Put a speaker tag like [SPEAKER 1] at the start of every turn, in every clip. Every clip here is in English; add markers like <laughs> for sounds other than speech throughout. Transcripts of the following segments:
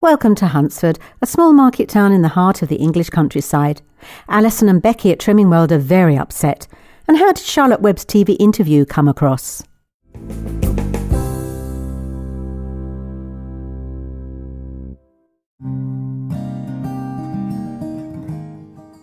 [SPEAKER 1] Welcome to Huntsford, a small market town in the heart of the English countryside. Alison and Becky at Trimming World are very upset. And how did Charlotte Webb's TV interview come across?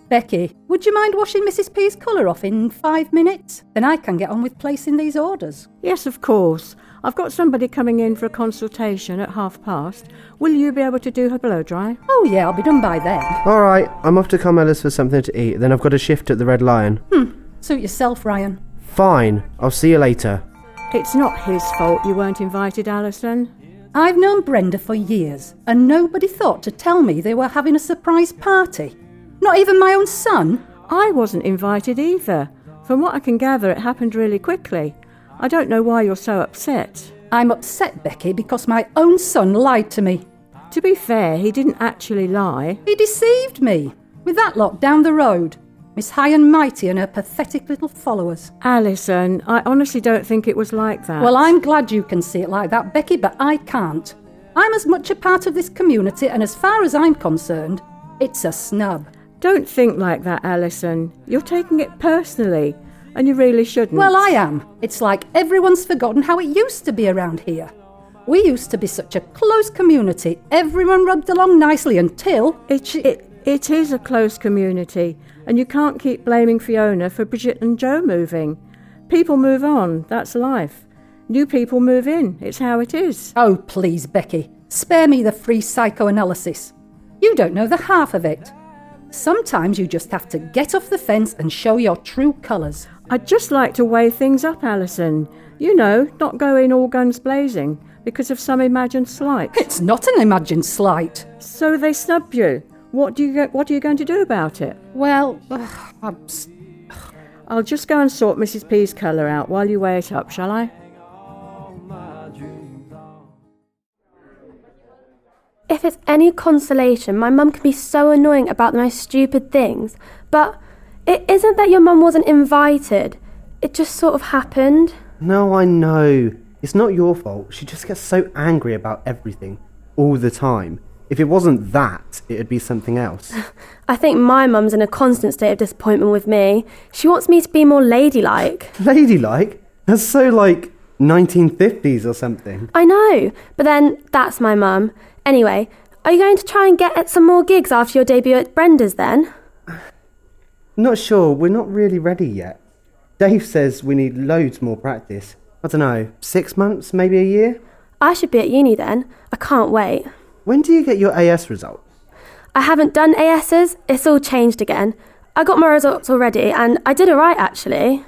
[SPEAKER 2] Becky, would you mind washing Mrs. P's colour off in five minutes? Then I can get on with placing these orders.
[SPEAKER 3] Yes, of course. I've got somebody coming in for a consultation at half past. Will you be able to do her blow dry?
[SPEAKER 2] Oh, yeah, I'll be done by then.
[SPEAKER 4] All right, I'm off to Carmela's for something to eat. Then I've got a shift at the Red Lion.
[SPEAKER 2] Suit yourself, Ryan.
[SPEAKER 4] Fine, I'll see you later.
[SPEAKER 3] It's not his fault you weren't invited, Alison.
[SPEAKER 2] I've known Brenda for years, and nobody thought to tell me they were having a surprise party. Not even my own son.
[SPEAKER 3] I wasn't invited either. From what I can gather, it happened really quickly. I don't know why you're so upset.
[SPEAKER 2] I'm upset, Becky, because my own son lied to me.
[SPEAKER 3] To be fair, he didn't actually lie.
[SPEAKER 2] He deceived me with that lot down the road. Miss High and Mighty and her pathetic little followers.
[SPEAKER 3] Alison, I honestly don't think it was like that.
[SPEAKER 2] Well, I'm glad you can see it like that, Becky, but I can't. I'm as much a part of this community, and as far as I'm concerned, it's a snub.
[SPEAKER 3] Don't think like that, Alison. You're taking it personally, and you really shouldn't.
[SPEAKER 2] Well, I am. It's like everyone's forgotten how it used to be around here. We used to be such a close community. Everyone rubbed along nicely until.
[SPEAKER 3] It, it, it is a close community, and you can't keep blaming Fiona for Bridget and Joe moving. People move on, that's life. New people move in, it's how it is.
[SPEAKER 2] Oh, please, Becky, spare me the free psychoanalysis. You don't know the half of it. Sometimes you just have to get off the fence and show your true colours.
[SPEAKER 3] I'd just like to weigh things up, Alison. You know, not go in all guns blazing because of some
[SPEAKER 5] <laughs>
[SPEAKER 3] imagined slight.
[SPEAKER 2] It's not an imagined slight.
[SPEAKER 3] so they snub you. What do you go- what are you going to do about it?
[SPEAKER 2] Well, ugh, I'm s-
[SPEAKER 3] I'll just go and sort Mrs. P's colour out while you weigh it up, shall I?
[SPEAKER 6] If it's any consolation, my mum can be so annoying about the most stupid things. But it isn't that your mum wasn't invited, it just sort of happened.
[SPEAKER 4] No, I know. It's not your fault. She just gets so angry about everything all the time. If it wasn't that, it'd be something else.
[SPEAKER 6] I think my mum's in a constant state of disappointment with me. She wants me to be more ladylike.
[SPEAKER 4] Ladylike? That's so like 1950s or something.
[SPEAKER 6] I know, but then that's my mum. Anyway, are you going to try and get at some more gigs after your debut at Brenda's then?
[SPEAKER 4] Not sure, we're not really ready yet. Dave says we need loads more practice. I don't know, six months, maybe a year?
[SPEAKER 6] I should be at uni then. I can't wait.
[SPEAKER 4] When do you get your AS result?
[SPEAKER 6] I haven't done ASs, it's all changed again. I got my results already and I did alright actually.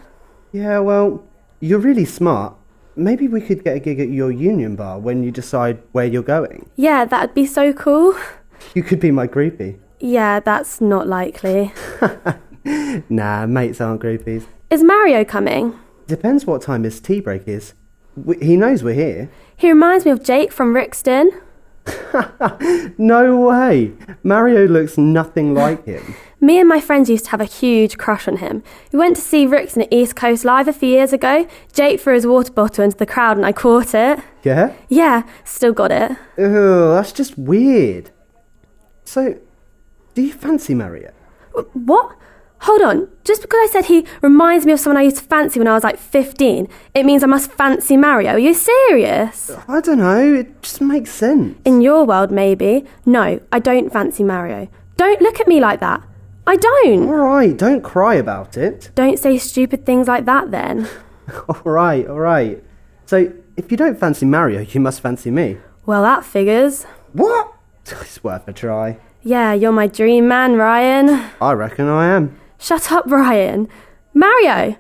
[SPEAKER 4] Yeah, well, you're really smart. Maybe we could get a gig at your union bar when you decide where you're going.
[SPEAKER 6] Yeah, that'd be so cool.
[SPEAKER 4] You could be my groupie.
[SPEAKER 6] Yeah, that's not likely.
[SPEAKER 4] Nah, mates aren't groupies.
[SPEAKER 6] Is Mario coming?
[SPEAKER 4] Depends what time his tea break is. We, he knows we're here.
[SPEAKER 6] He reminds me of Jake from Rixton.
[SPEAKER 4] No way! Mario looks nothing like him. <laughs>
[SPEAKER 6] Me and my friends used to have a huge crush on him. We went to see Rixton at East Coast Live a few years ago. Jake threw his water bottle into the crowd and I caught it.
[SPEAKER 4] Yeah?
[SPEAKER 6] Yeah, still got it.
[SPEAKER 4] Ugh, that's just weird. So, do you fancy Mario?
[SPEAKER 6] What? Hold on. Just because I said he reminds me of someone I used to fancy when I was like 15, it means I must fancy Mario. Are you serious?
[SPEAKER 4] I don't know, it just makes sense.
[SPEAKER 6] In your world, maybe. No, I don't fancy Mario. Don't look at me like that. I don't.
[SPEAKER 4] Alright, don't cry about it.
[SPEAKER 6] Don't say stupid things like that then.
[SPEAKER 4] <laughs> Alright, alright. So, if you don't fancy Mario, you must fancy me.
[SPEAKER 6] Well, that figures.
[SPEAKER 4] What? <laughs> It's worth a try.
[SPEAKER 6] Yeah, you're my dream man, Ryan.
[SPEAKER 4] I reckon I am.
[SPEAKER 6] Shut up, Ryan. Mario!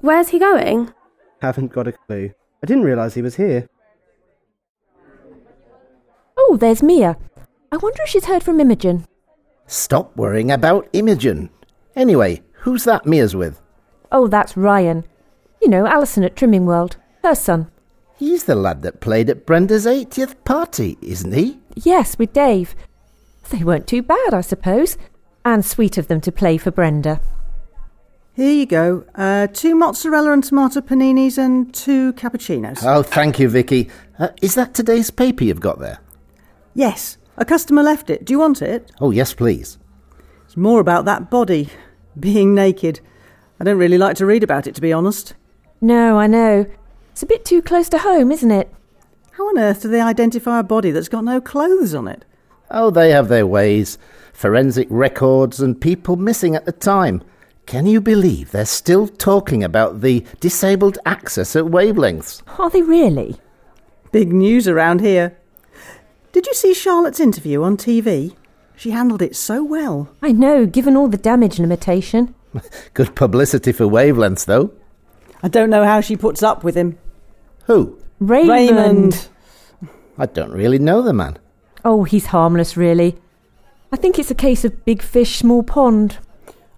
[SPEAKER 6] Where's he going?
[SPEAKER 4] Haven't got a clue. I didn't realise he was here.
[SPEAKER 7] Oh, there's Mia. I wonder if she's heard from Imogen.
[SPEAKER 8] Stop worrying about Imogen. Anyway, who's that Mia's with?
[SPEAKER 7] Oh, that's Ryan. You know, Alison at Trimming World. Her son.
[SPEAKER 8] He's the lad that played at Brenda's 80th party, isn't he?
[SPEAKER 7] Yes, with Dave. They weren't too bad, I suppose. And sweet of them to play for Brenda.
[SPEAKER 5] Here you go. Uh, two mozzarella and tomato paninis and two cappuccinos.
[SPEAKER 8] Oh, thank you, Vicky. Uh, is that today's paper you've got there?
[SPEAKER 3] Yes, a customer left it. Do you want it?
[SPEAKER 8] Oh, yes, please.
[SPEAKER 3] It's more about that body <laughs> being naked. I don't really like to read about it, to be honest.
[SPEAKER 7] No, I know. It's a bit too close to home, isn't it?
[SPEAKER 3] How on earth do they identify a body that's got no clothes on it?
[SPEAKER 8] Oh, they have their ways. Forensic records and people missing at the time. Can you believe they're still talking about the disabled access at wavelengths?
[SPEAKER 7] Are they really?
[SPEAKER 3] Big news around here. Did you see Charlotte's interview on TV? She handled it so well.
[SPEAKER 7] I know, given all the damage limitation.
[SPEAKER 8] Good publicity for wavelengths, though.
[SPEAKER 3] I don't know how she puts up with him.
[SPEAKER 8] Who?
[SPEAKER 7] Raymond.
[SPEAKER 8] I don't really know the man.
[SPEAKER 7] Oh, he's harmless, really. I think it's a case of big fish, small pond.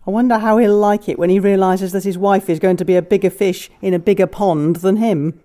[SPEAKER 3] I wonder how he'll like it when he realises that his wife is going to be a bigger fish in a bigger pond than him.